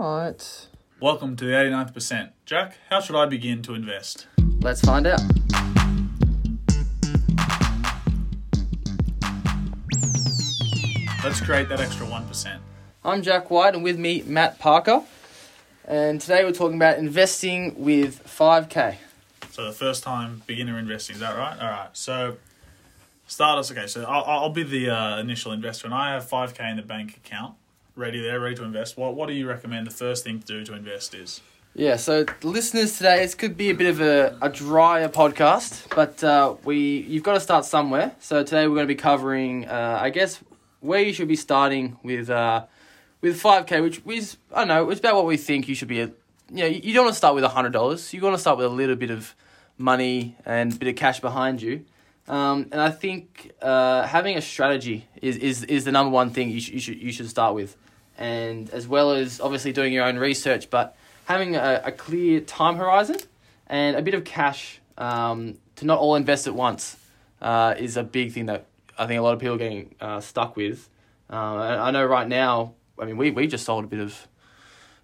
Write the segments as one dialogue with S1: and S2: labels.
S1: right.
S2: Welcome to the 89th percent. Jack, how should I begin to invest?
S1: Let's find out.
S2: Let's create that extra 1%.
S1: I'm Jack White, and with me, Matt Parker. And today we're talking about investing with 5K.
S2: So the first time beginner investing, is that right? All right. So start us. Okay. So I'll, I'll be the uh, initial investor, and I have five k in the bank account, ready there, ready to invest. What What do you recommend the first thing to do to invest is?
S1: Yeah, so listeners today, this could be a bit of a, a drier podcast, but uh, we you've got to start somewhere. So today we're going to be covering, uh, I guess, where you should be starting with uh, with five k, which is I don't know, it's about what we think you should be. You know, you you don't want to start with hundred dollars. You want to start with a little bit of money and a bit of cash behind you. Um, and I think uh, having a strategy is, is, is the number one thing you, sh- you should you should start with, and as well as obviously doing your own research, but having a, a clear time horizon and a bit of cash um, to not all invest at once uh, is a big thing that I think a lot of people are getting uh, stuck with. Uh, I I know right now. I mean, we, we just sold a bit of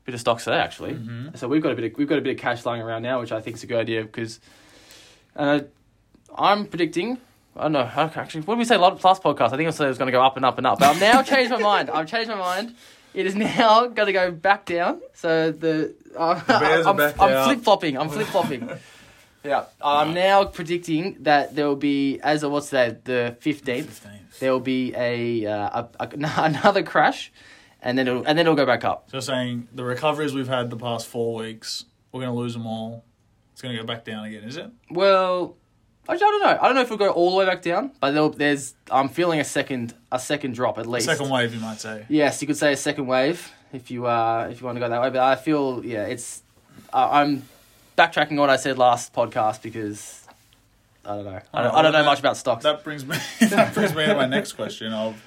S1: bit of stocks today actually.
S2: Mm-hmm.
S1: So we've got a bit of, we've got a bit of cash lying around now, which I think is a good idea because uh, I'm predicting. I don't know. how- Actually, what did we say? Lot plus podcast. I think I said it was going to go up and up and up. But I've now changed my mind. I've changed my mind. It is now going to go back down. So the, uh,
S2: Bears are
S1: I'm,
S2: back
S1: I'm
S2: out.
S1: flip flopping. I'm flip flopping. yeah, I'm now predicting that there will be as of what's that the fifteenth.
S2: Fifteenth.
S1: There will be a, uh, a, a another crash, and then it'll, and then it'll go back up.
S2: So saying the recoveries we've had the past four weeks, we're gonna lose them all. It's gonna go back down again, is it?
S1: Well, I don't know. I don't know if it'll go all the way back down, but there'll- there's I'm feeling a second a second drop at least.
S2: Second wave, you might say.
S1: Yes, you could say a second wave if you uh if you want to go that way. But I feel yeah, it's I I'm backtracking what I said last podcast because I don't know. I don't, I don't know much about stocks.
S2: That brings me. that brings me to my next question of.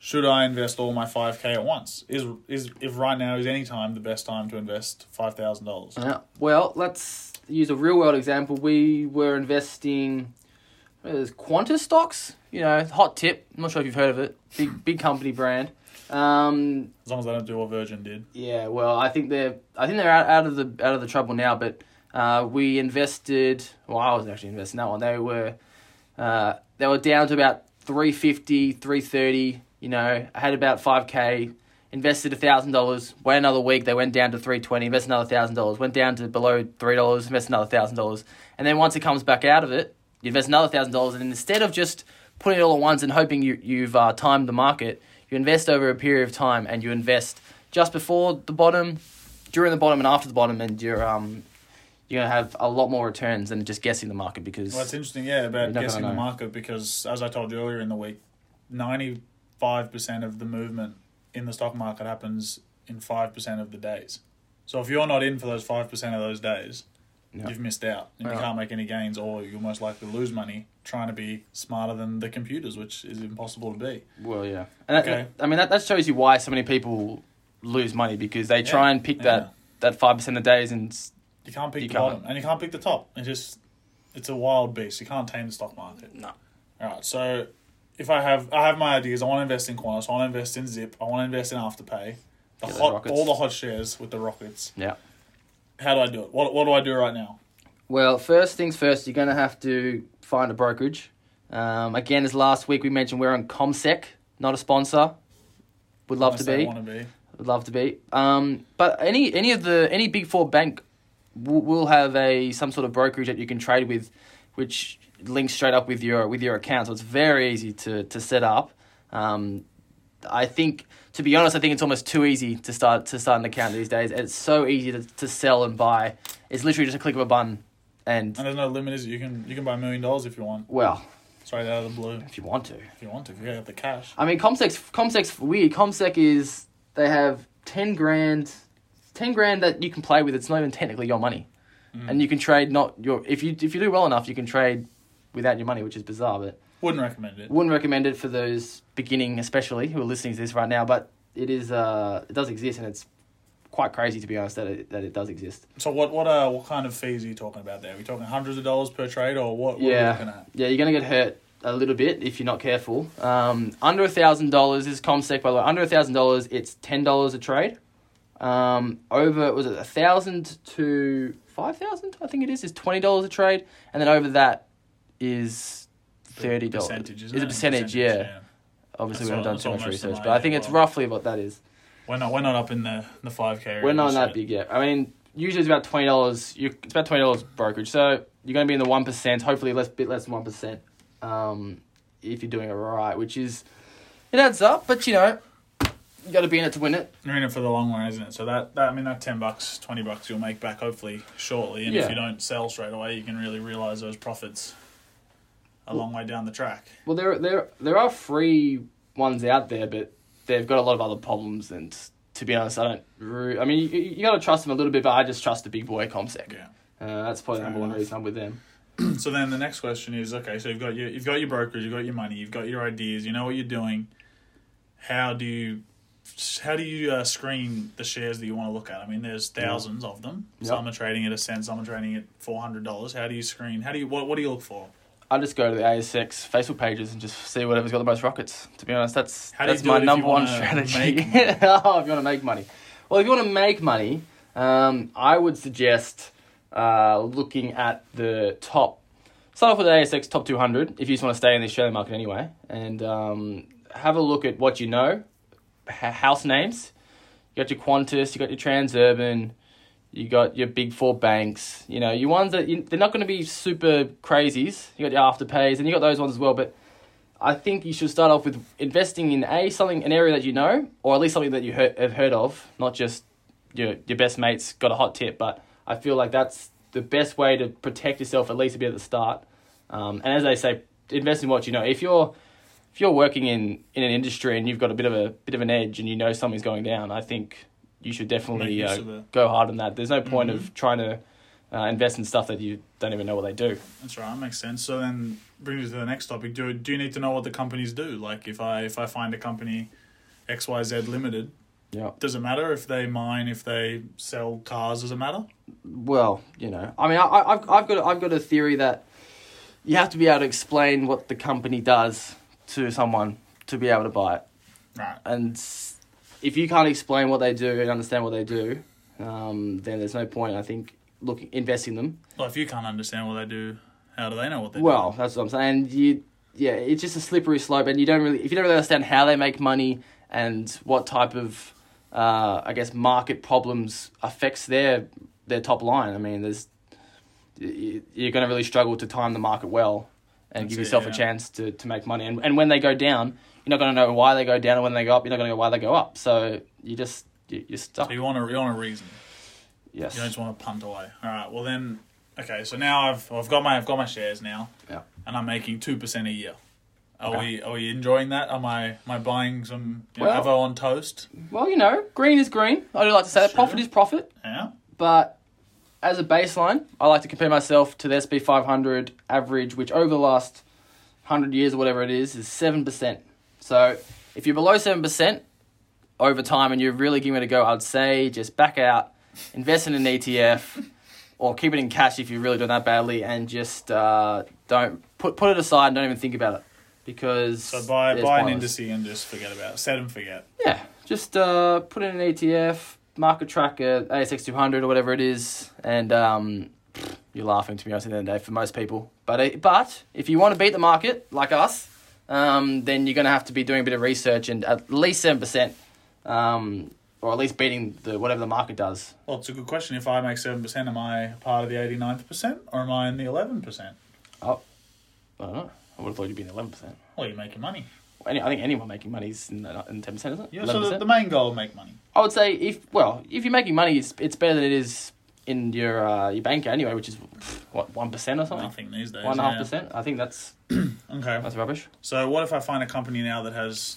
S2: Should I invest all my five k at once? Is is if right now is any time the best time to invest five thousand dollars?
S1: Yeah. Uh, Well, let's use a real world example. We were investing what is it, Qantas stocks. You know, hot tip. I'm not sure if you've heard of it. Big big company brand. Um,
S2: As long as I don't do what Virgin did.
S1: Yeah, well, I think they're I think they're out, out of the out of the trouble now. But uh, we invested. Well, I was actually investing in that one. They were uh, they were down to about 350, 330, You know, I had about five k. Invested thousand dollars. Wait another week. They went down to three twenty. Invested another thousand dollars. Went down to below three dollars. Invested another thousand dollars. And then once it comes back out of it, you invest another thousand dollars. And instead of just putting it all at once and hoping you you've uh, timed the market, you invest over a period of time and you invest just before the bottom, during the bottom, and after the bottom, and you're um you're gonna have a lot more returns than just guessing the market because
S2: Well, it's interesting, yeah,
S1: You
S2: about
S1: never
S2: guessing the
S1: know.
S2: market because, as I told you earlier in the week, 95% of the movement in the stock market happens in 5% of the days. So if you're not in for those 5% of those days,
S1: Yeah.
S2: you've missed out and
S1: Yeah.
S2: you can't make any gains, or you'll most likely lose money trying to be smarter than the computers, which is impossible to be.
S1: Well, yeah. And that-
S2: Okay.
S1: I mean, that, that shows you why so many people lose money because they try
S2: Yeah,
S1: and pick
S2: yeah.
S1: that that five percent of days and s-
S2: You can't pick
S1: You
S2: the
S1: can't.
S2: bottom and you can't pick the top. It's just, it's a wild beast. You can't tame the stock market.
S1: no.
S2: All right, so if I have I have my ideas, I want to invest in Qantas, I want to invest in Zip, I want to invest in Afterpay, the
S1: Yeah, the
S2: hot,
S1: Rockets.
S2: all the hot shares with the rockets.
S1: Yeah.
S2: How do I do it? What what do I do right now?
S1: Well, first things first, you're gonna have to find a brokerage. Um, again, as last week we mentioned, we're on Comsec, not a sponsor. Would love to
S2: Unless they
S1: be.
S2: Want to be.
S1: Would love to be. Um, but any any of the any big four bank will, will have a some sort of brokerage that you can trade with, which links straight up with your with your account. So it's very easy to to set up. Um, I think to be honest, I think it's almost too easy to start to start an account these days. It's so easy to, to sell and buy. It's literally just a click of a button, and
S2: And there's no limit, is it? You can you can buy a million dollars if you want,
S1: well,
S2: straight out of the blue.
S1: if you want to.
S2: If you want to, if you have the cash.
S1: I mean, Comsec's Comsec's weird. Comsec is they have ten grand, ten grand that you can play with. It's not even technically your money, and you can trade not your if you if you do well enough, you can trade without your money, which is bizarre. But
S2: Wouldn't recommend it.
S1: wouldn't recommend it for those beginning, especially who are listening to this right now. But it is uh, it does exist, and it's quite crazy to be honest that it, that it does exist.
S2: So what what uh what kind of fees are you talking about there? Are we talking hundreds of dollars per trade, or what? what Are we looking
S1: yeah,
S2: at?
S1: yeah, you're gonna get hurt a little bit if you're not careful. Um, under a thousand dollars is Comsec by the way. Under a thousand dollars, it's ten dollars a trade. Um, over was it a thousand to five thousand? I think it is. Is twenty dollars a trade, and then over that is thirty dollars.
S2: Percentage,
S1: Is
S2: isn't
S1: it a
S2: it?
S1: percentage? yeah. Obviously,
S2: That's
S1: we haven't
S2: al-
S1: done
S2: that's
S1: too much
S2: almost the
S1: research, but
S2: main
S1: I think it's
S2: one.
S1: roughly what that is.
S2: We're not we're not up in the the five k.
S1: We're not that big yet. I mean, usually it's about twenty dollars. You it's about twenty dollars brokerage, so you're going to be in the one percent. Hopefully, less bit less than one percent. Um, if you're doing it right, which is it adds up, but you know, you got to be in it to win it.
S2: You're in it for the long run, isn't it? So that, that I mean that ten bucks, twenty bucks you'll make back hopefully shortly. And
S1: Yeah.
S2: if you don't sell straight away, you can really realize those profits a long way down the track.
S1: Well, there there there are free ones out there, but they've got a lot of other problems. And to be honest, I don't. Re- I mean, you, you got to trust them a little bit, but I just trust the big boy Comsec.
S2: Yeah.
S1: Uh, that's probably the
S2: Fair
S1: number one
S2: enough.
S1: reason I'm with them.
S2: So then the next question is okay, so you've got your you've got your brokers, you've got your money, you've got your ideas, you know what you're doing. How do you how do you uh, screen the shares that you want to look at? I mean, there's thousands of them.
S1: Yep.
S2: Some are trading at a cent, some are trading at four hundred dollars. How do you screen? How do you what what do you look for?
S1: I just go to the ASX Facebook pages and just see whatever's got the most rockets. To be honest, that's
S2: How do you
S1: that's
S2: do
S1: my
S2: it if you
S1: number one
S2: wanna
S1: strategy.
S2: make
S1: oh,
S2: money?
S1: if you want to make money, well, if you want to make money, um, I would suggest uh, looking at the top. Start off with the ASX top two hundred if you just want to stay in the Australian market anyway, and um, have a look at what you know, h- house names. You got your Qantas, you got your Transurban, you got your big four banks. You know, your ones that you, they're not going to be super crazies. You got your afterpays, and you got those ones as well. But I think you should start off with investing in a something an area that you know, or at least something that you heard, have heard of, not just your your best mates got a hot tip. But I feel like that's the best way to protect yourself at least a bit at the start. Um, and as they say, invest in what you know. If you're if you're working in, in an industry and you've got a bit of a bit of an edge and you know something's going down, I think you should definitely
S2: use
S1: uh,
S2: of it. Mm-hmm.
S1: go hard on that. There's no point of trying to uh, invest in stuff that you don't even know what they do.
S2: That's right, that makes sense. So then brings us to the next topic. Do do you need to know what the companies do? Like if I if I find a company XYZ Limited,
S1: Yeah.
S2: does it matter if they mine, if they sell cars, does it matter?
S1: Well, you know, I mean, I, I- I've I've got I've got a theory that you have to be able to explain what the company does to someone to be able to buy it,
S2: Right.
S1: and s- if you can't explain what they do and understand what they do, um, then there's no point. I think looking investing them.
S2: Well if you can't understand what they do, how do they know what they do?
S1: Well, that's what I'm saying. And You, yeah, it's just a slippery slope, and you don't really, if you don't really understand how they make money and what type of, uh, I guess, market problems affects their their top line. I mean, there's y- you're going to really struggle to time the market well and give
S2: That's it,
S1: yourself
S2: yeah.
S1: a chance to, to make money. And and when they go down, you're not going to know why they go down, and when they go up, you're not going to know why they go up. So you just you- you're stuck.
S2: So you want a you want a reason.
S1: Yes.
S2: You don't just want to punt away. All right. Well then, okay. So now I've I've got my I've got my shares now,
S1: Yeah.
S2: and I'm making two percent a year. Are
S1: Okay.
S2: we are we enjoying that? Am I am I buying some you know,
S1: Well-
S2: Avo on toast?
S1: Well, you know, green is green. I do like to say that
S2: Sure.
S1: profit is profit.
S2: Yeah.
S1: but as a baseline, I like to compare myself to the SP 500 average, which over the last 100 years or whatever it is, is 7%. So if you're below 7% over time and you're really giving it a go, I'd say just back out, invest in an ETF, or keep it in cash if you're really doing that badly, and just uh, don't put, put it aside and don't even think about it. Because
S2: So buy
S1: it's
S2: buy an
S1: pointless.
S2: indice and just forget about it. set and forget.
S1: Yeah, just uh, put in an ETF, market tracker, ASX 200 or whatever it is, and um, you're laughing to be honest at the end of the day for most people. But it, but if you want to beat the market like us, um, then you're going to have to be doing a bit of research and at least seven percent, um, or at least beating the whatever the market does.
S2: Well, it's a good question. If I make seven percent, am I part of the 89th percent or am I in the eleven percent?
S1: Oh, I don't know. I would have thought you'd be in eleven percent.
S2: Well, you're making money.
S1: Any, I think anyone making money is in ten percent, isn't it?
S2: Yeah. So the,
S1: 11%?
S2: the main goal, make money.
S1: I would say if well, if you're making money, it's it's better than it is in your uh, your bank anyway, which is pff, what one percent or something,
S2: Nothing these days.
S1: Oh, one and a half
S2: yeah.
S1: percent. I think that's
S2: Okay.
S1: that's rubbish.
S2: So what if I find a company now that has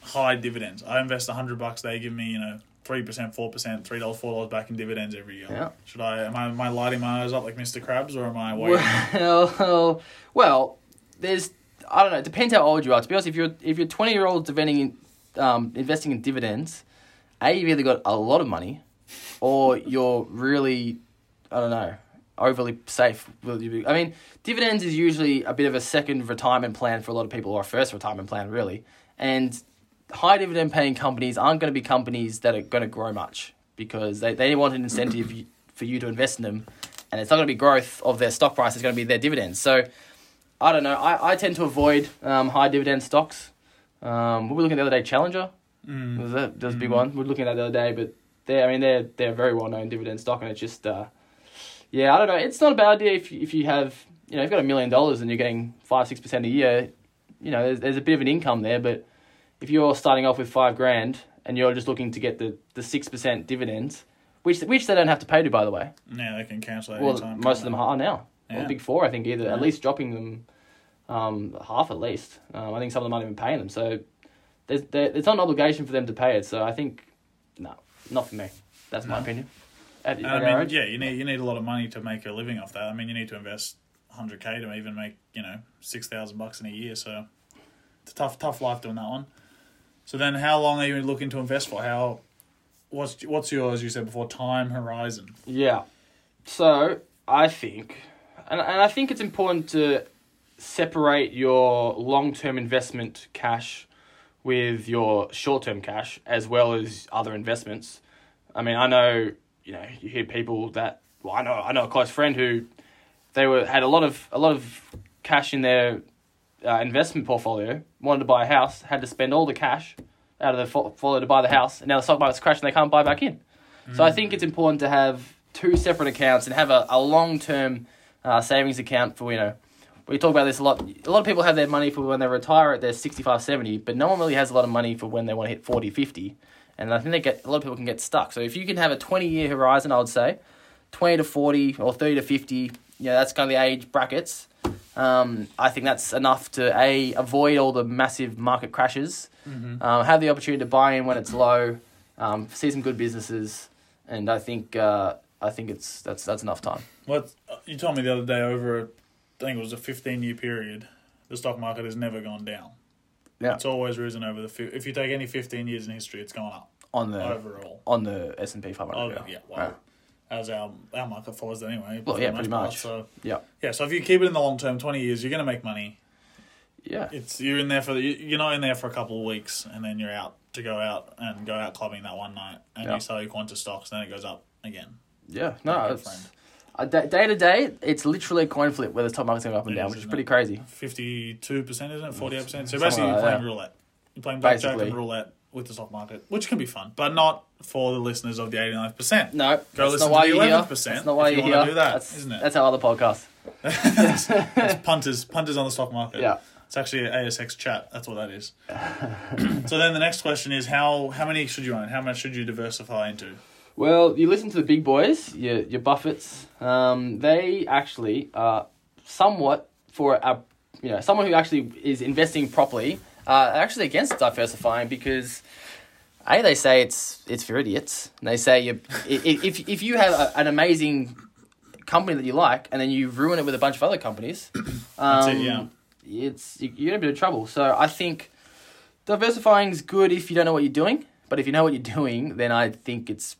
S2: high dividends? I invest hundred bucks, they give me you know three percent, four percent, three dollars, four dollars back in dividends every year.
S1: Yeah.
S2: Should I am I am I lighting my eyes up like Mr. Krabs or am I waiting?
S1: Well, well, there's I don't know. It depends how old you are. To be honest, if you're if you're twenty year old investing in, um, investing in dividends, a you've either got a lot of money, or you're really I don't know overly safe. Will you be? I mean, dividends is usually a bit of a second retirement plan for a lot of people, or a first retirement plan really, and. High dividend paying companies aren't going to be companies that are going to grow much. because they, they want an incentive you- for you to invest in them, and it's not going to be growth of their stock price. It's going to be their dividends. So I don't know. I, I tend to avoid um, high dividend stocks. Um, we were looking at the other day, Challenger
S2: Mm.
S1: was that, that was a big
S2: Mm.
S1: one. We were looking at that the other day, but they I mean they're they're a very well known dividend stock, and it's just uh, yeah, I don't know. It's not a bad idea if you- if you have you know if you've got a million dollars and you're getting five six percent a year, you know there's there's a bit of an income there, but if you're starting off with five grand and you're just looking to get the the six percent dividends, which which they don't have to pay to by the way.
S2: Yeah, they can cancel at
S1: Well,
S2: any time.
S1: most of them are now. Well,
S2: Yeah.
S1: the big four, I think, either at
S2: Yeah.
S1: least dropping them um, half at least. Um, I think some of them aren't even paying them. So there's there, it's not an obligation for them to pay it. So I think no, not for me. That's my
S2: No.
S1: opinion. At,
S2: And
S1: at
S2: I
S1: our
S2: mean,
S1: age.
S2: yeah, you need you need a lot of money to make a living off that. I mean, you need to invest hundred k to even make you know six thousand bucks in a year. So it's a tough tough life doing that one. So then, how long are you looking to invest for? How what's what's your as you said before time horizon?
S1: Yeah. So I think, and and I think it's important to separate your long term investment cash with your short term cash as well as other investments. I mean, I know you know you hear people that well, I know I know a close friend who they were had a lot of a lot of cash in their uh, investment portfolio, wanted to buy a house, had to spend all the cash out of the fo- portfolio to buy the house, and now the stock market's crashed and they can't buy back in. So I think it's important to have two separate accounts and have a, a long term uh, savings account for, you know, we talk about this a lot. A lot of people have their money for when they retire at their 65, 70, but no one really has a lot of money for when they want to hit 40, 50. And I think they get a lot of people can get stuck. So if you can have a 20 year horizon, I would say 20 to 40 or 30 to 50, you know, that's kind of the age brackets. Um, I think that's enough to a avoid all the massive market crashes,
S2: Mm-hmm.
S1: um, have the opportunity to buy in when it's low, um, see some good businesses, and I think uh, I think it's that's that's enough time.
S2: What uh, you told me the other day over, a, I think it was a fifteen year period, the stock market has never gone down.
S1: Yeah.
S2: it's always risen over the. fif- If you take any fifteen years in history, it's gone up
S1: on the
S2: overall.
S1: on the S and P five
S2: Oh
S1: hundred.
S2: yeah, wow. As our our market follows that anyway.
S1: Well,
S2: for
S1: yeah,
S2: the
S1: pretty
S2: most part,
S1: much.
S2: So
S1: yeah,
S2: yeah, so if you keep it in the long term, twenty years, you're gonna make money.
S1: yeah,
S2: It's you're in there for the, you- you're not in there for a couple of weeks, and then you're out to go out and go out clubbing that one night, and
S1: Yeah.
S2: you sell your Qantas stocks, and then it goes up again.
S1: yeah.
S2: Yeah,
S1: No,
S2: good
S1: it's
S2: friend.
S1: uh, da- day to day. It's literally a coin flip whether the stock market's going up and
S2: It
S1: down,
S2: is,
S1: which is
S2: isn't
S1: pretty crazy.
S2: Fifty two percent, isn't it? Forty eight percent. So
S1: Mm. Something
S2: basically, you're
S1: like
S2: playing
S1: that.
S2: roulette. You're playing blackjack
S1: Basically.
S2: and roulette with the stock market, which can be fun, but not for the listeners of the eighty nine percent.
S1: No, that's
S2: listen
S1: not
S2: to
S1: why
S2: the
S1: you're here.
S2: 11%
S1: That's not why
S2: if you
S1: you're
S2: wanna
S1: here.
S2: do that,
S1: that's,
S2: isn't it?
S1: That's our other podcast.
S2: it's, it's punters, punters on the stock market.
S1: Yeah.
S2: It's actually an ASX chat. That's what that is. so then the next question is how how many should you own? How much should you diversify into?
S1: Well, you listen to the big boys, your your Buffets. Um, they actually are somewhat for a you know someone who actually is investing properly. Uh, are actually against diversifying because, a they say it's it's for idiots. And they say you i- i- if if you have a, an amazing company that you like and then you ruin it with a bunch of other companies, um,
S2: it, yeah.
S1: it's you, you're in a bit of trouble. So I think diversifying is good if you don't know what you're doing. But if you know what you're doing, then I think it's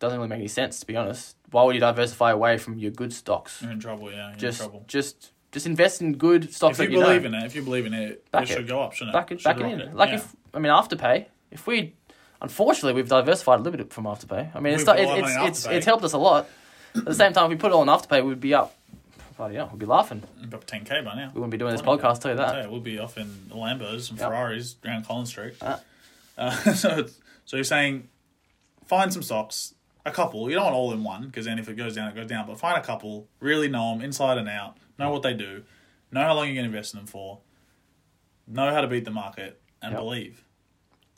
S1: doesn't really make any sense to be honest. Why would you diversify away from your good stocks?
S2: You're Mm, in trouble, yeah. You're
S1: Just,
S2: in trouble.
S1: just, just invest in good stocks
S2: If you
S1: that you know.
S2: believe in it, if you believe in it,
S1: Back
S2: it
S1: it.
S2: should go up, shouldn't it?
S1: back it,
S2: Should
S1: back it
S2: rock
S1: in. Like
S2: Yeah.
S1: if I mean afterpay, if we, unfortunately, we've diversified a little bit from afterpay. I mean, it's
S2: We've
S1: not,
S2: got a
S1: it,
S2: lot of
S1: it's
S2: money in
S1: it's
S2: Afterpay.
S1: it's helped us a lot. At the same time, if we put it all on afterpay, we'd be up. Bloody hell, we'd be laughing.
S2: We've got 10K by now.
S1: We wouldn't be doing this
S2: 20K.
S1: podcast. Tell you that.
S2: Yeah, we'll be off in Lambos and
S1: Yep.
S2: Ferraris around Collins Street.
S1: Ah.
S2: Uh, so, it's- so you're saying find some stocks, a couple. You don't want all in one because then if it goes down, it goes down. But find a couple, really know them inside and out, know what they do, know how long you're going to invest in them for, know how to beat the market, and
S1: Yep.
S2: believe.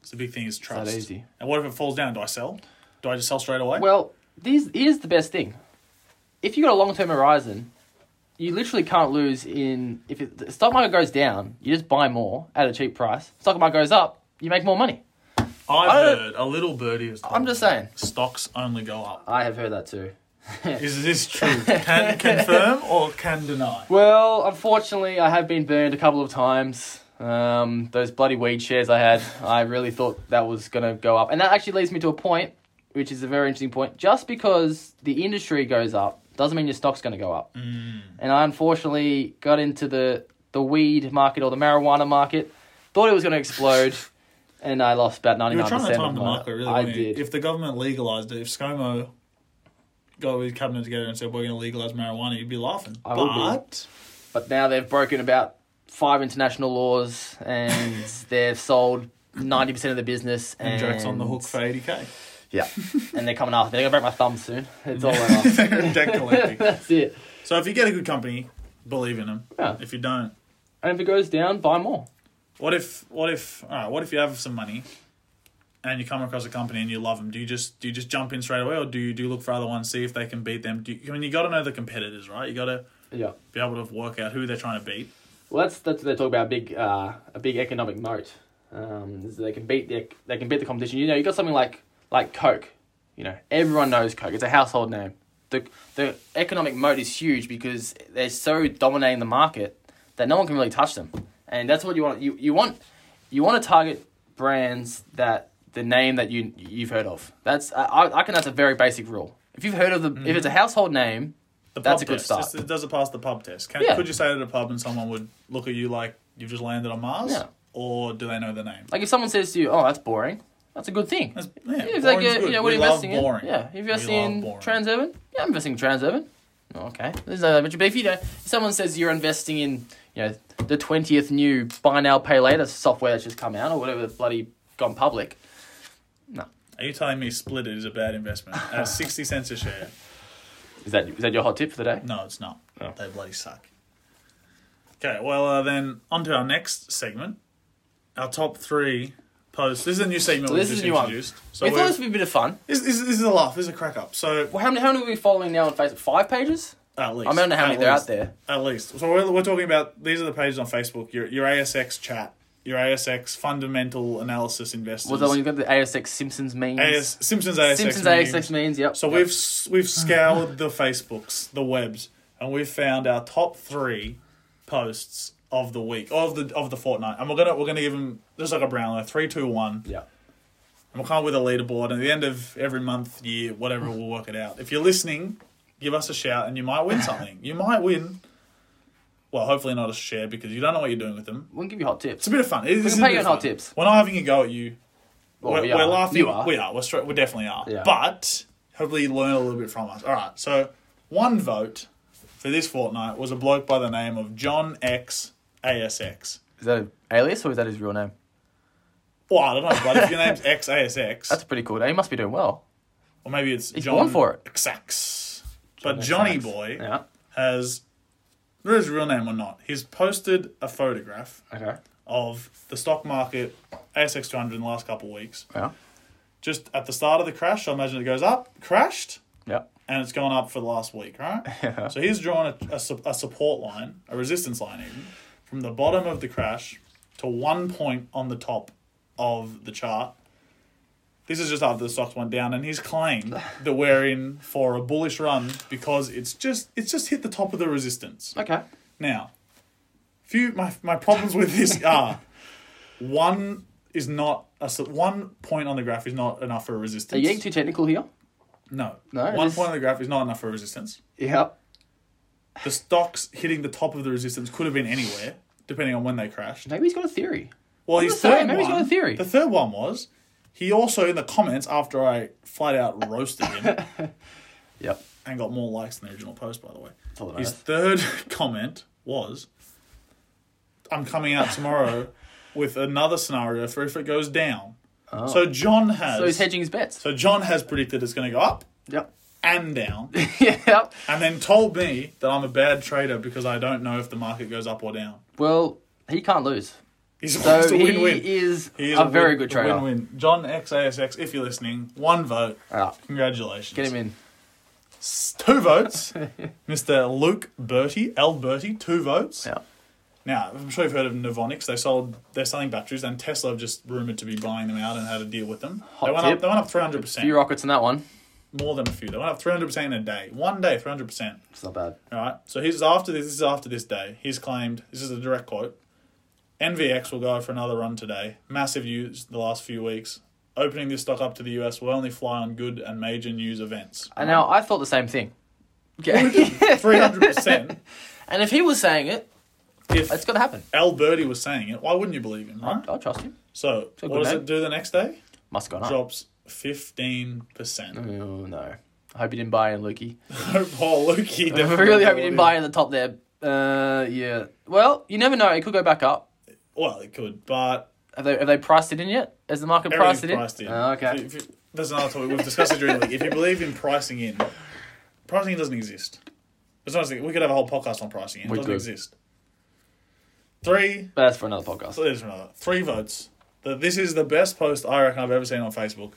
S2: It's the big thing is trust.
S1: easy.
S2: And what if it falls down? Do I sell? Do I just sell straight away?
S1: Well, these here's the best thing. If you got a long term horizon, you literally can't lose in if it, the stock market goes down, you just buy more at a cheap price. Stock market goes up, you make more money.
S2: I've
S1: I don't-
S2: heard a little birdie has told
S1: I'm just
S2: me
S1: saying. Uh,
S2: stocks only go up.
S1: I have heard that too.
S2: Is this true? Can confirm or can deny?
S1: Well, unfortunately, I have been burned a couple of times. Um, those bloody weed shares I had, I really thought that was going to go up. And that actually leads me to a point, which is a very interesting point. Just because the industry goes up doesn't mean your stock's going to go up.
S2: Mm.
S1: And I unfortunately got into the, the weed market or the marijuana market, thought it was going to explode. and I lost about ninety
S2: You
S1: nine
S2: were trying to
S1: percent
S2: time
S1: of
S2: the
S1: my.
S2: market, really.
S1: I
S2: weren't you?
S1: did.
S2: If the government legalized it, if ScoMo got his cabinet together and said we're going to legalize marijuana, you'd be laughing.
S1: I would be.
S2: but
S1: but now they've broken about five international laws, and they've sold ninety percent of the business. And,
S2: and Jack's on the hook for eighty k.
S1: Yeah, and they're coming after. They're gonna break my thumb soon. It's all over.
S2: Debt collecting.
S1: That's it.
S2: So if you get a good company, believe in them.
S1: Yeah.
S2: If you don't,
S1: And if it goes down, buy more.
S2: what if what if all right, what if you have some money, and you come across a company and you love them? Do you just do you just jump in straight away, or do you do you look for other ones, see if they can beat them? Do you, I mean you got to know the competitors, right? You got to
S1: Yeah.
S2: be able to work out who they're trying to beat.
S1: Well, that's that's what they talk about a big uh, a big economic moat. Um, is they can beat the they can beat the competition. You know, you got something like like Coke. You know, everyone knows Coke. It's a household name. The the economic moat is huge because they're so dominating the market that no one can really touch them. And that's what you want. You you want you want to target brands that the name that you you've heard of. That's I I I can that's a very basic rule. If you've heard of the if it's a household name,
S2: The
S1: That's
S2: pub
S1: a good
S2: test.
S1: start.
S2: Just- It does it pass the pub test? Can,
S1: Yeah.
S2: Could you say it at a pub and someone would look at you like you've just landed on Mars?
S1: Yeah.
S2: Or do they know the name?
S1: like if someone says to you, "Oh, that's boring," that's a good thing.
S2: That's,
S1: Yeah,
S2: yeah,
S1: it's
S2: boring's
S1: like uh,
S2: good.
S1: you know,
S2: we
S1: what are you investing
S2: love boring.
S1: in? Yeah, you investing
S2: love
S1: in
S2: boring.
S1: Transurban? Yeah, I'm investing in Transurban. Oh, Okay, there's no but if you know, if someone says you're investing in you know the twentieth new buy now pay later software that's just come out or whatever the bloody gone public,
S2: Are you telling me Split is a bad investment? At 60 cents a share.
S1: is that is that your hot tip for the day?
S2: No, it's not.
S1: Oh.
S2: They bloody suck. Okay, well, uh, then on to our next segment. Our top three posts. This is a new segment
S1: So
S2: we've
S1: this is
S2: just
S1: a new one.
S2: introduced. So
S1: we
S2: we're-
S1: thought this would be a bit of fun.
S2: this, this, this is a laugh. This is a crack up. So
S1: Well, how many how many are we following now on Facebook? Five pages?
S2: at least.
S1: I don't know how
S2: at
S1: many they're
S2: least.
S1: out there.
S2: At least. So we're, we're talking about these are the pages on Facebook. Your your ASX chat, your ASX fundamental analysis investors.
S1: Was that when you got the ASX Simpsons memes?
S2: AS, Simpsons ASX.
S1: Simpsons
S2: memes.
S1: ASX memes. Yep.
S2: So
S1: Yep.
S2: we've s- we've scoured the Facebooks, the webs, and we've found our top three posts of the week of the of the fortnight. And we're gonna we're gonna give them just like a brown like three, two, one.
S1: yeah.
S2: And we'll come up with a leaderboard. And at the end of every month, year, whatever, we'll work it out. If you're listening, give us a shout and you might win something. You might win. Well, hopefully not a share because you don't know what you're doing with them.
S1: We'll give you hot tips.
S2: It's a bit of fun. It, we
S1: pay you on hot tips.
S2: We're not having a go at you.
S1: Well,
S2: we're,
S1: we
S2: we
S1: are.
S2: are laughing.
S1: You are.
S2: We are. We're stra- we definitely are.
S1: Yeah.
S2: But hopefully you learn a little bit from us. All right. So one vote for this fortnight was a bloke by the name of John X ASX.
S1: Is that an alias or is that his real name?
S2: Well, I don't know, but if your name's X ASX,
S1: That's pretty cool. He must be doing well.
S2: or maybe it's
S1: He's
S2: John
S1: born for it.
S2: Xax. But
S1: That's
S2: Johnny
S1: nice.
S2: Boy
S1: Yeah.
S2: has, whether his real name or not, he's posted a photograph
S1: Okay.
S2: of the stock market ASX 200 in the last couple of weeks.
S1: Yeah.
S2: Just at the start of the crash, I imagine it goes up, crashed,
S1: Yeah.
S2: and it's gone up for the last week, right?
S1: Yeah.
S2: So he's drawn a, a, su- a support line, a resistance line even, from the bottom of the crash to one point on the top of the chart. This is just after the stocks went down, and he's claimed that we're in for a bullish run because it's just it's just hit the top of the resistance.
S1: Okay.
S2: Now, few my my problems with this are one is not a su- one point on the graph is not enough for a resistance.
S1: Are you getting too technical here?
S2: No.
S1: No,
S2: One
S1: this-
S2: point on the graph is not enough for resistance.
S1: Yeah.
S2: The stocks hitting the top of the resistance could have been anywhere, depending on when they crashed.
S1: Maybe he's got a theory.
S2: Well,
S1: I'm
S2: his
S1: just saying,
S2: third
S1: maybe he's
S2: one,
S1: got a theory.
S2: the third one was he also in the comments after I flat out roasted him
S1: Yep.
S2: and got more likes than the original post, by the way.
S1: That's all that
S2: His
S1: matters.
S2: third comment was, "I'm coming out tomorrow with another scenario for if it goes down." So John has.
S1: Oh. So he's hedging his bets.
S2: so John has predicted it's going to go up
S1: Yep.
S2: and down.
S1: yep.
S2: and then told me that I'm a bad trader because I don't know if the market goes up or down.
S1: Well, he can't lose.
S2: He's
S1: So
S2: it's a
S1: he
S2: win-win.
S1: is
S2: He is
S1: a very
S2: win-
S1: good trader.
S2: Win-win. John XASX, if you're listening, one vote.
S1: Alright.
S2: Congratulations.
S1: Get him in.
S2: S- Two votes. Mr. Luke Bertie, L. Bertie, two votes.
S1: Yeah.
S2: Now, I'm sure you've heard of Novonix. They sold, they're selling batteries, and Tesla have just rumored to be buying them out and how to deal with them.
S1: Hot
S2: they, went
S1: tip.
S2: Up, they went up 300%.
S1: Few rockets in that one.
S2: more than a few. They went up 300% in a day. One day, 300%.
S1: It's not bad.
S2: All right. So he's after this. This is after this day. He's claimed. This is a direct quote. NVX will go for another run today. Massive news the last few weeks. Opening this stock up to the US will only fly on good and major news events.
S1: And now I thought the same thing. Okay.
S2: Three hundred percent.
S1: and if he was saying it,
S2: if
S1: It's gonna happen.
S2: Alberti was saying it, why wouldn't you believe him, right?
S1: I, I trust him.
S2: So
S1: a
S2: what
S1: good
S2: does
S1: name.
S2: it do the next day?
S1: Must gone up.
S2: Drops fifteen percent.
S1: Oh no. I hope you didn't buy in, Lukey.
S2: Hope Paul Lukey.
S1: I really hope you didn't buy in the top there. Uh, yeah. Well, you never know. It could go back up.
S2: Well, it could, but
S1: Have they have they priced it in yet? Has the market priced it in?
S2: Everything's priced in.
S1: Oh, okay.
S2: If you- if you- there's another topic we've discussed it during the week. If you believe in pricing in, pricing in doesn't exist. It's not, we could have a whole podcast on pricing in. It
S1: We
S2: doesn't
S1: could.
S2: exist. Three,
S1: But that's for another podcast.
S2: there's another three votes. The, this is the best post I reckon I've ever seen on Facebook.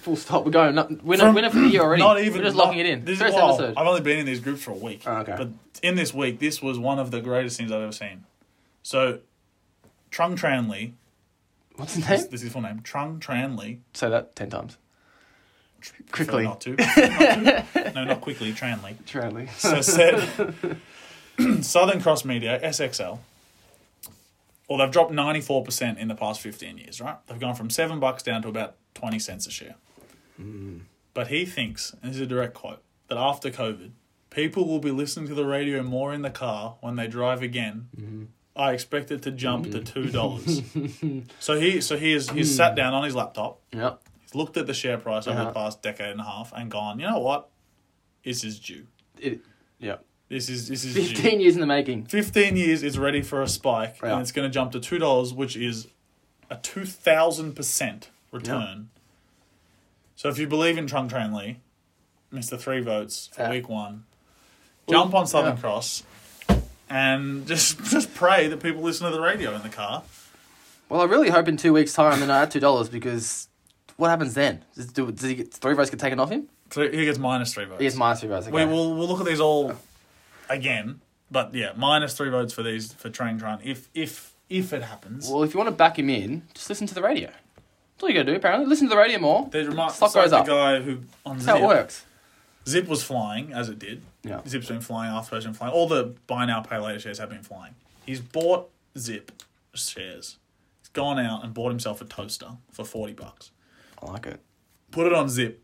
S1: Full stop. We're going. Not, winner, winner for the year already.
S2: Not even
S1: We're just
S2: not-
S1: locking it in.
S2: This,
S1: First
S2: well,
S1: episode.
S2: I've only been in these groups for a week.
S1: Oh, okay.
S2: But in this week, this was one of the greatest things I've ever seen. So, Trung Tranley,
S1: What's his
S2: this,
S1: name?
S2: this is his full name, Trung Tranley,
S1: Say that ten times. Quickly.
S2: Not to, not to. No, not quickly, Tranley.
S1: Tranley.
S2: So said Southern Cross Media, SXL. Well, they've dropped 94% in the past 15 years, right? They've gone from 7 bucks down to about 20 cents a share. But he thinks, and this is a direct quote, that after COVID, people will be listening to the radio more in the car when they drive again. I expect it to jump to $2. so he so he is he's sat down on his laptop
S1: yep.
S2: He's looked at the share price over
S1: Uh-huh.
S2: the past decade and a half and gone, you know what? This is due.
S1: It, yep.
S2: This is this is due.
S1: Fifteen years in the making.
S2: Fifteen years it's ready for a spike
S1: Yeah.
S2: and it's gonna jump to two dollars, which is a two thousand percent return. So if you believe in Trung Tran Lee, Mr. Three Votes for
S1: Yeah.
S2: week one, jump on Southern
S1: yeah.
S2: Cross and just just pray that people listen to the radio in the car.
S1: Well, I really hope in two weeks' time they're not at two dollars because what happens then? Does, do, does he get, three votes get taken off him?
S2: So he gets minus three votes.
S1: He gets minus three votes. Okay.
S2: We will we'll look at these all again, but yeah, minus three votes for these for Train Run if if if it happens.
S1: Well, if you want to back him in, just listen to the radio. That's all you got to do. Apparently, listen to the radio more.
S2: There's remarks
S1: stock
S2: it's like
S1: goes
S2: the
S1: up.
S2: guy who on
S1: That's how it
S2: Zip.
S1: works.
S2: Zip was flying as it did.
S1: Yeah.
S2: Zip's been flying, Afterpay's been flying. All the buy now pay later shares have been flying. He's bought Zip shares. He's gone out and bought himself a toaster for forty bucks.
S1: I like it.
S2: Put it on Zip.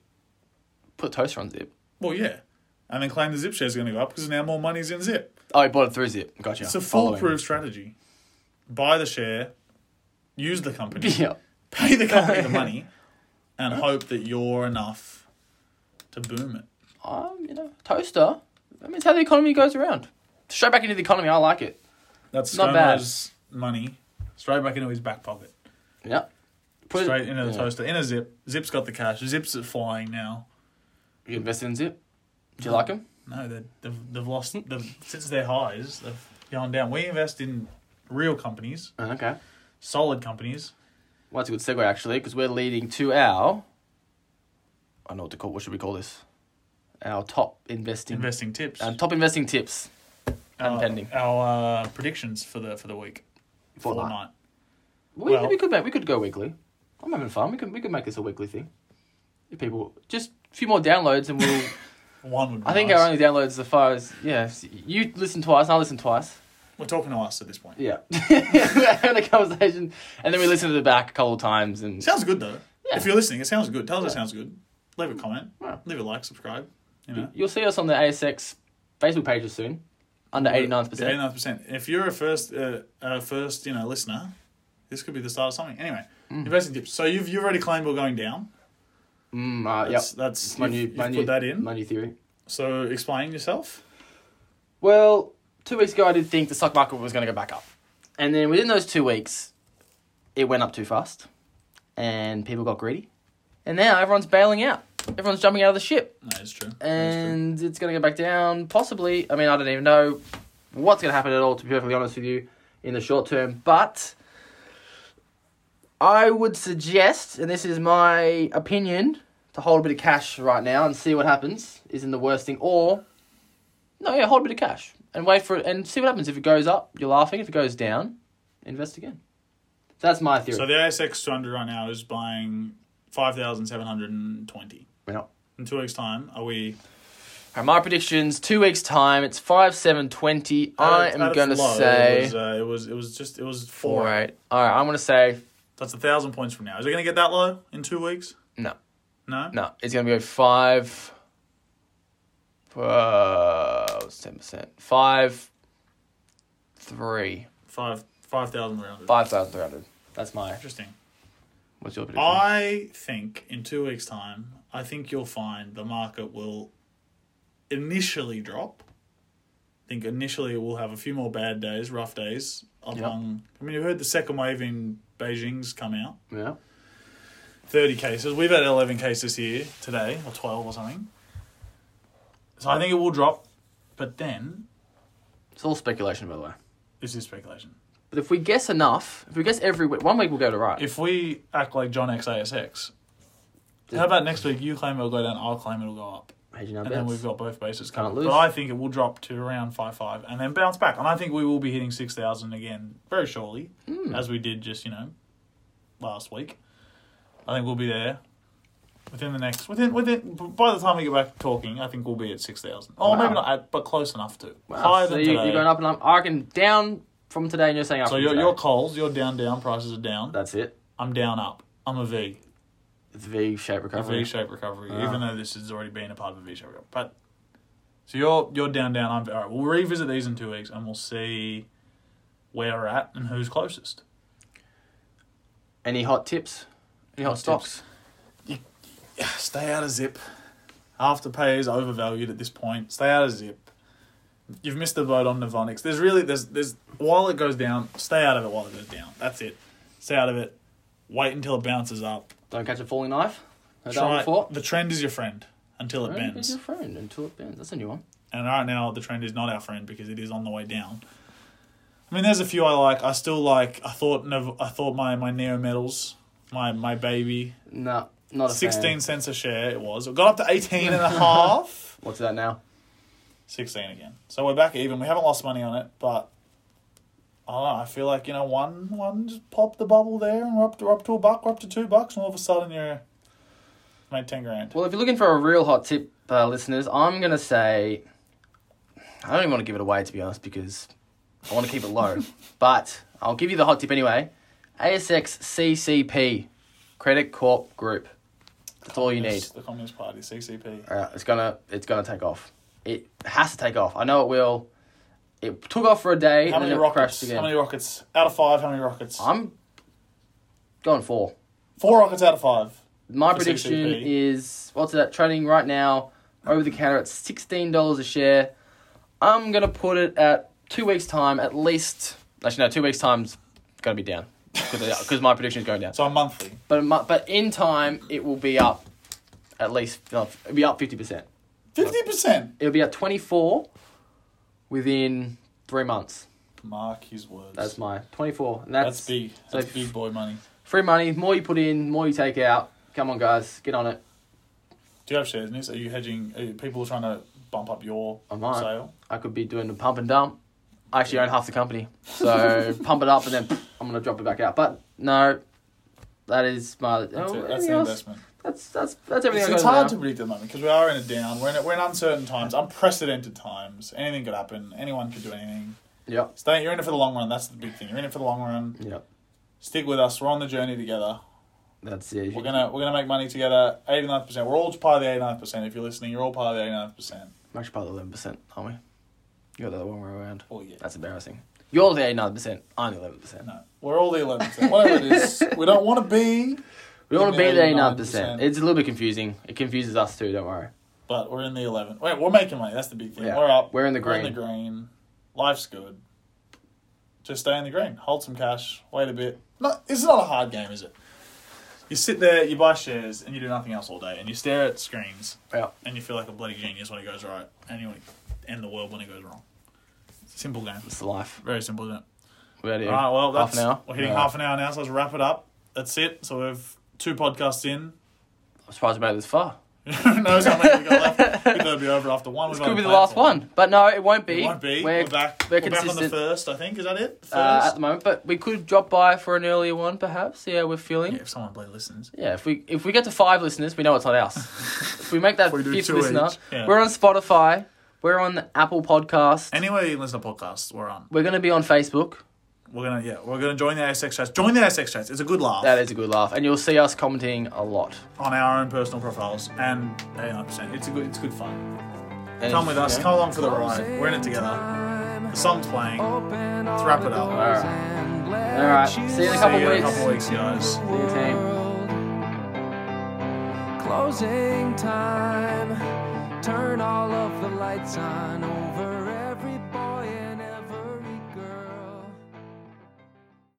S1: Put toaster on Zip.
S2: Well, yeah. And then claim the Zip shares are going to go up because now more money's in Zip.
S1: Oh, he bought it through Zip. Gotcha.
S2: It's a
S1: Following.
S2: foolproof strategy. Buy the share, use the company,
S1: Yeah.
S2: pay the company the money, and hope that you're enough to boom it.
S1: Um, you know, toaster. I mean, it's how the economy goes around. Straight back into the economy. I like it.
S2: That's
S1: Not
S2: Scomo's money straight back into his back pocket,
S1: Yeah. Put it-
S2: straight into the
S1: yeah.
S2: toaster, in a zip. Zip's got the cash. Zips are flying now.
S1: You invested in Zip. Do you like him?
S2: No, they- they've, they've lost. They've, since their highs, they've gone down. We invest in real companies,
S1: Oh, okay.
S2: solid companies.
S1: Well, that's a good segue actually, because we're leading to our. I know what to call. What should we call this? Our top investing.
S2: Investing tips.
S1: uh, top investing tips.
S2: our,
S1: pending.
S2: Our uh, predictions for the for the week.
S1: Fortnite.
S2: Fortnite.
S1: We,
S2: Well-
S1: we could make, we could go weekly. I'm having fun. We could we could make this a weekly thing. If people just a few more downloads and we'll.
S2: One would. Be
S1: I think
S2: nice.
S1: our only downloads as far as yeah, s- you listen twice, and I listen twice.
S2: We're talking to us at this point.
S1: Yeah, we're having a conversation, and then we listen to the back a couple of times, and
S2: Sounds good though.
S1: Yeah.
S2: If you're listening, it sounds good. Tell us it sounds good. Leave a comment.
S1: Yeah.
S2: Leave a like. Subscribe. You know.
S1: Mm-hmm. you'll see us on the ASX Facebook pages soon, under eighty nine percent.
S2: Eighty-nine percent. If you're a first, uh, a first, you know, listener, this could be the start of something. Anyway, investing tips. So you've you've already claimed we're going down.
S1: Mm, uh, yep.
S2: That's, that's
S1: my
S2: you've,
S1: new,
S2: you've
S1: my
S2: put
S1: new,
S2: that in.
S1: my new theory.
S2: So explain yourself.
S1: Well, two weeks ago, I did think the stock market was going to go back up. And then within those two weeks, it went up too fast and people got greedy. And now everyone's bailing out. Everyone's jumping out of the ship.
S2: No, it's true. It's true.
S1: And it's going to go back down, possibly. I mean, I don't even know what's going to happen at all, to be perfectly honest with you, in the short term. But I would suggest, and this is my opinion, to hold a bit of cash right now and see what happens. Isn't the worst thing. Or no, yeah, hold a bit of cash and wait for it and see what happens. If it goes up, you're laughing. If it goes down, invest again. That's my theory.
S2: So the ASX 200 right now is buying five thousand seven hundred and twenty.
S1: We're not-
S2: In two weeks' time, are we?
S1: Alright, my predictions: two weeks time. It's five seven twenty. I
S2: at-
S1: am
S2: at its
S1: gonna
S2: low,
S1: say
S2: it was, uh, it was. It was just. It was four.
S1: four eight. All right, I'm gonna say
S2: That's a thousand points from now. Is it going to get that low in two weeks?
S1: no,
S2: No.
S1: no. It's gonna go five. Uh, ten percent. Five three.
S2: Five five thousand rounded.
S1: Five thousand three hundred. That's my.
S2: Interesting.
S1: What's your prediction?
S2: I think in two weeks' time, I think you'll find the market will initially drop. I think initially it will have a few more bad days, rough days. Among, I mean, you heard the second wave in Beijing's come out.
S1: yeah.
S2: 30 cases. We've had 11 cases here today, or 12 or something. So I think it will drop, but then
S1: It's all speculation, by the way.
S2: this is speculation.
S1: But if we guess enough, if we guess every week, one week we'll go to right.
S2: If we act like John XASX, how about next week you claim it'll go down, I'll claim it'll go up.
S1: Hedging our
S2: And then
S1: bets.
S2: we've got both bases
S1: Can't
S2: covered.
S1: lose.
S2: But I think it will drop to around 5 5 and then bounce back. And I think we will be hitting 6,000 again very shortly,
S1: Hmm.
S2: as we did just, you know, last week. I think we'll be there. Within the next, within, within, by the time we get back talking, I think we'll be at 6,000. Oh,
S1: Wow.
S2: maybe not at, but close enough to.
S1: Wow,
S2: Higher
S1: so
S2: than
S1: you,
S2: today.
S1: Ah, you're going up and up. I reckon down from today, and you're saying up.
S2: so
S1: from
S2: your,
S1: today.
S2: your calls, your down, down, prices are down.
S1: That's it.
S2: I'm down, up. I'm a V.
S1: It's V shape
S2: A
S1: recovery.
S2: V shaped recovery,
S1: Ah.
S2: even though this has already been a part of a V shaped recovery. But so you're you're down down. I'm all right. We'll revisit these in two weeks, and we'll see where we're at and who's closest.
S1: Any hot tips? Any hot,
S2: Hot
S1: stocks?
S2: Yeah, stay out of zip. Afterpay is overvalued at this point. Stay out of zip. You've missed the boat on Novonix. There's really there's there's while it goes down, stay out of it while it goes down. That's it. Stay out of it. Wait until it bounces up.
S1: Don't catch a falling knife. Heard that one
S2: Try,
S1: before.
S2: the trend is your friend until it
S1: Don't be
S2: bends.
S1: your friend until it bends. That's a new one.
S2: and right now the trend is not our friend because it is on the way down. I mean, there's a few I like. I still like. I thought Nov- I thought my my neo metals, my my baby,
S1: No, not a
S2: sixteen
S1: Fan.
S2: cents a share. It was. It got up to eighteen and a half.
S1: What's that now?
S2: Sixteen again. So we're back even. We haven't lost money on it, but I don't know. I feel like you know one one just popped the bubble there, and we're up to we're up to a buck, we're up to two bucks, and all of a sudden you're made ten grand.
S1: Well, if you're looking for a real hot tip, uh, listeners, I'm gonna say I don't even want to give it away to be honest because I want to keep it low. but I'll give you the hot tip anyway. ASX CCP Credit Corp Group. That's all you need.
S2: It's The Communist Party, CCP.
S1: Uh, it's gonna it's gonna take off. It has to take off. I know it will. It took off for a day
S2: How
S1: and
S2: many
S1: then it crashed
S2: rockets?
S1: again.
S2: How many rockets? Out of five, how many rockets?
S1: I'm going four.
S2: Four rockets out of five.
S1: My
S2: For
S1: prediction
S2: CCP.
S1: is what's that trading right now over the counter at sixteen dollars a share. I'm gonna put it at two weeks time at least. Actually, no, two weeks time's gonna be down because my prediction is going down.
S2: So a monthly.
S1: But it mu- but in time it will be up at least. uh, It'll be up fifty percent.
S2: Fifty percent.
S1: It'll be at twenty four within three months.
S2: Mark his words.
S1: That's my twenty four. And
S2: That's
S1: that's,
S2: big.
S1: so
S2: That's
S1: if-
S2: big boy money.
S1: free money. More you put in, more you take out. Come on, guys, get on it.
S2: Do you have shares in this? Are you hedging? Are you- people trying to bump up your
S1: I might.
S2: sale?
S1: I could be doing the pump and dump. I actually own half the company. So pump it up and then I'm gonna drop it back out. But no, that is my
S2: That's,
S1: oh,
S2: it. That's
S1: everything
S2: the
S1: else-
S2: investment.
S1: That's that's that's everything
S2: It's,
S1: I
S2: it's
S1: got
S2: hard
S1: now.
S2: to predict at the moment because we are in a down. We're in, a, we're in uncertain times, unprecedented times. Anything could happen. Anyone could do anything.
S1: Yep.
S2: Stay. You're in it for the long run. That's the big thing. You're in it for the long run.
S1: Yep.
S2: Stick with us. We're on the journey together.
S1: That's it.
S2: We're gonna we're gonna make money together. 89th percent. We're all part of the 89th percent. If you're listening, you're all part of the 89th percent.
S1: I'm actually part of the eleven percent, aren't we? You got that one way around.
S2: Oh yeah.
S1: That's embarrassing. You're the eighty nine percent, I'm the eleven percent.
S2: No, we're all the 11%. Whatever it is, we don't want to be,
S1: We want to
S2: You're
S1: be
S2: the
S1: the eighty nine percent.
S2: 89%.
S1: It's a little bit confusing. It confuses us too, don't worry.
S2: but we're in the 11. Wait, we're making money. That's the big thing.
S1: Yeah,
S2: We're up.
S1: we're in the
S2: We're in
S1: green.
S2: the green. Life's good. Just stay in the green. Hold some cash. Wait a bit. No, it's not a hard game, is it? You sit there, you buy shares, and you do nothing else all day, and you stare at screens,
S1: Yeah.
S2: and you feel like a bloody genius when it goes right, and you end the world when it goes wrong. Simple game.
S1: It's the life.
S2: Very simple, isn't it?
S1: We're out here.
S2: All right, well,
S1: half
S2: that's,
S1: an hour.
S2: We're hitting
S1: Yeah.
S2: half an hour now, so let's wrap it up. That's it. So we've two podcasts in.
S1: I'm surprised about it this far.
S2: Who knows how many we got left? We thought it'd be over after one.
S1: This
S2: We've
S1: could
S2: only
S1: be the
S2: played
S1: last
S2: for-
S1: one, but no, it won't be.
S2: It won't be. We're,
S1: We're,
S2: back.
S1: we're
S2: We're, back on the
S1: consistent.
S2: first, I think. Is that it? First.
S1: uh, at the moment, but we could drop by for an earlier one, perhaps. See how we're feeling.
S2: yeah,
S1: Yeah.
S2: if someone play listens.
S1: if we if we get to five listeners, we know it's not ours. if we make that
S2: If we do
S1: fifth
S2: two
S1: listener,
S2: each, yeah.
S1: we're on Spotify, we're on the Apple Podcast,
S2: Anywhere you listen to podcasts, we're on.
S1: we're gonna be on Facebook.
S2: We're gonna yeah, we're gonna join the ASX chats. Join the ASX chats. It's a good laugh
S1: That is a good laugh, and you'll see us commenting a lot.
S2: on our own personal profiles and 89%. It's a good it's good fun.
S1: And
S2: Come with us.
S1: yeah.
S2: Come along for the ride. We're in it together.
S3: Time
S2: The song's playing. Let's wrap it up.
S1: Alright. Alright. See you in a couple
S2: See you in a
S1: weeks.
S2: couple weeks, guys.
S1: See you, team.
S3: Closing time. Turn all of the lights on.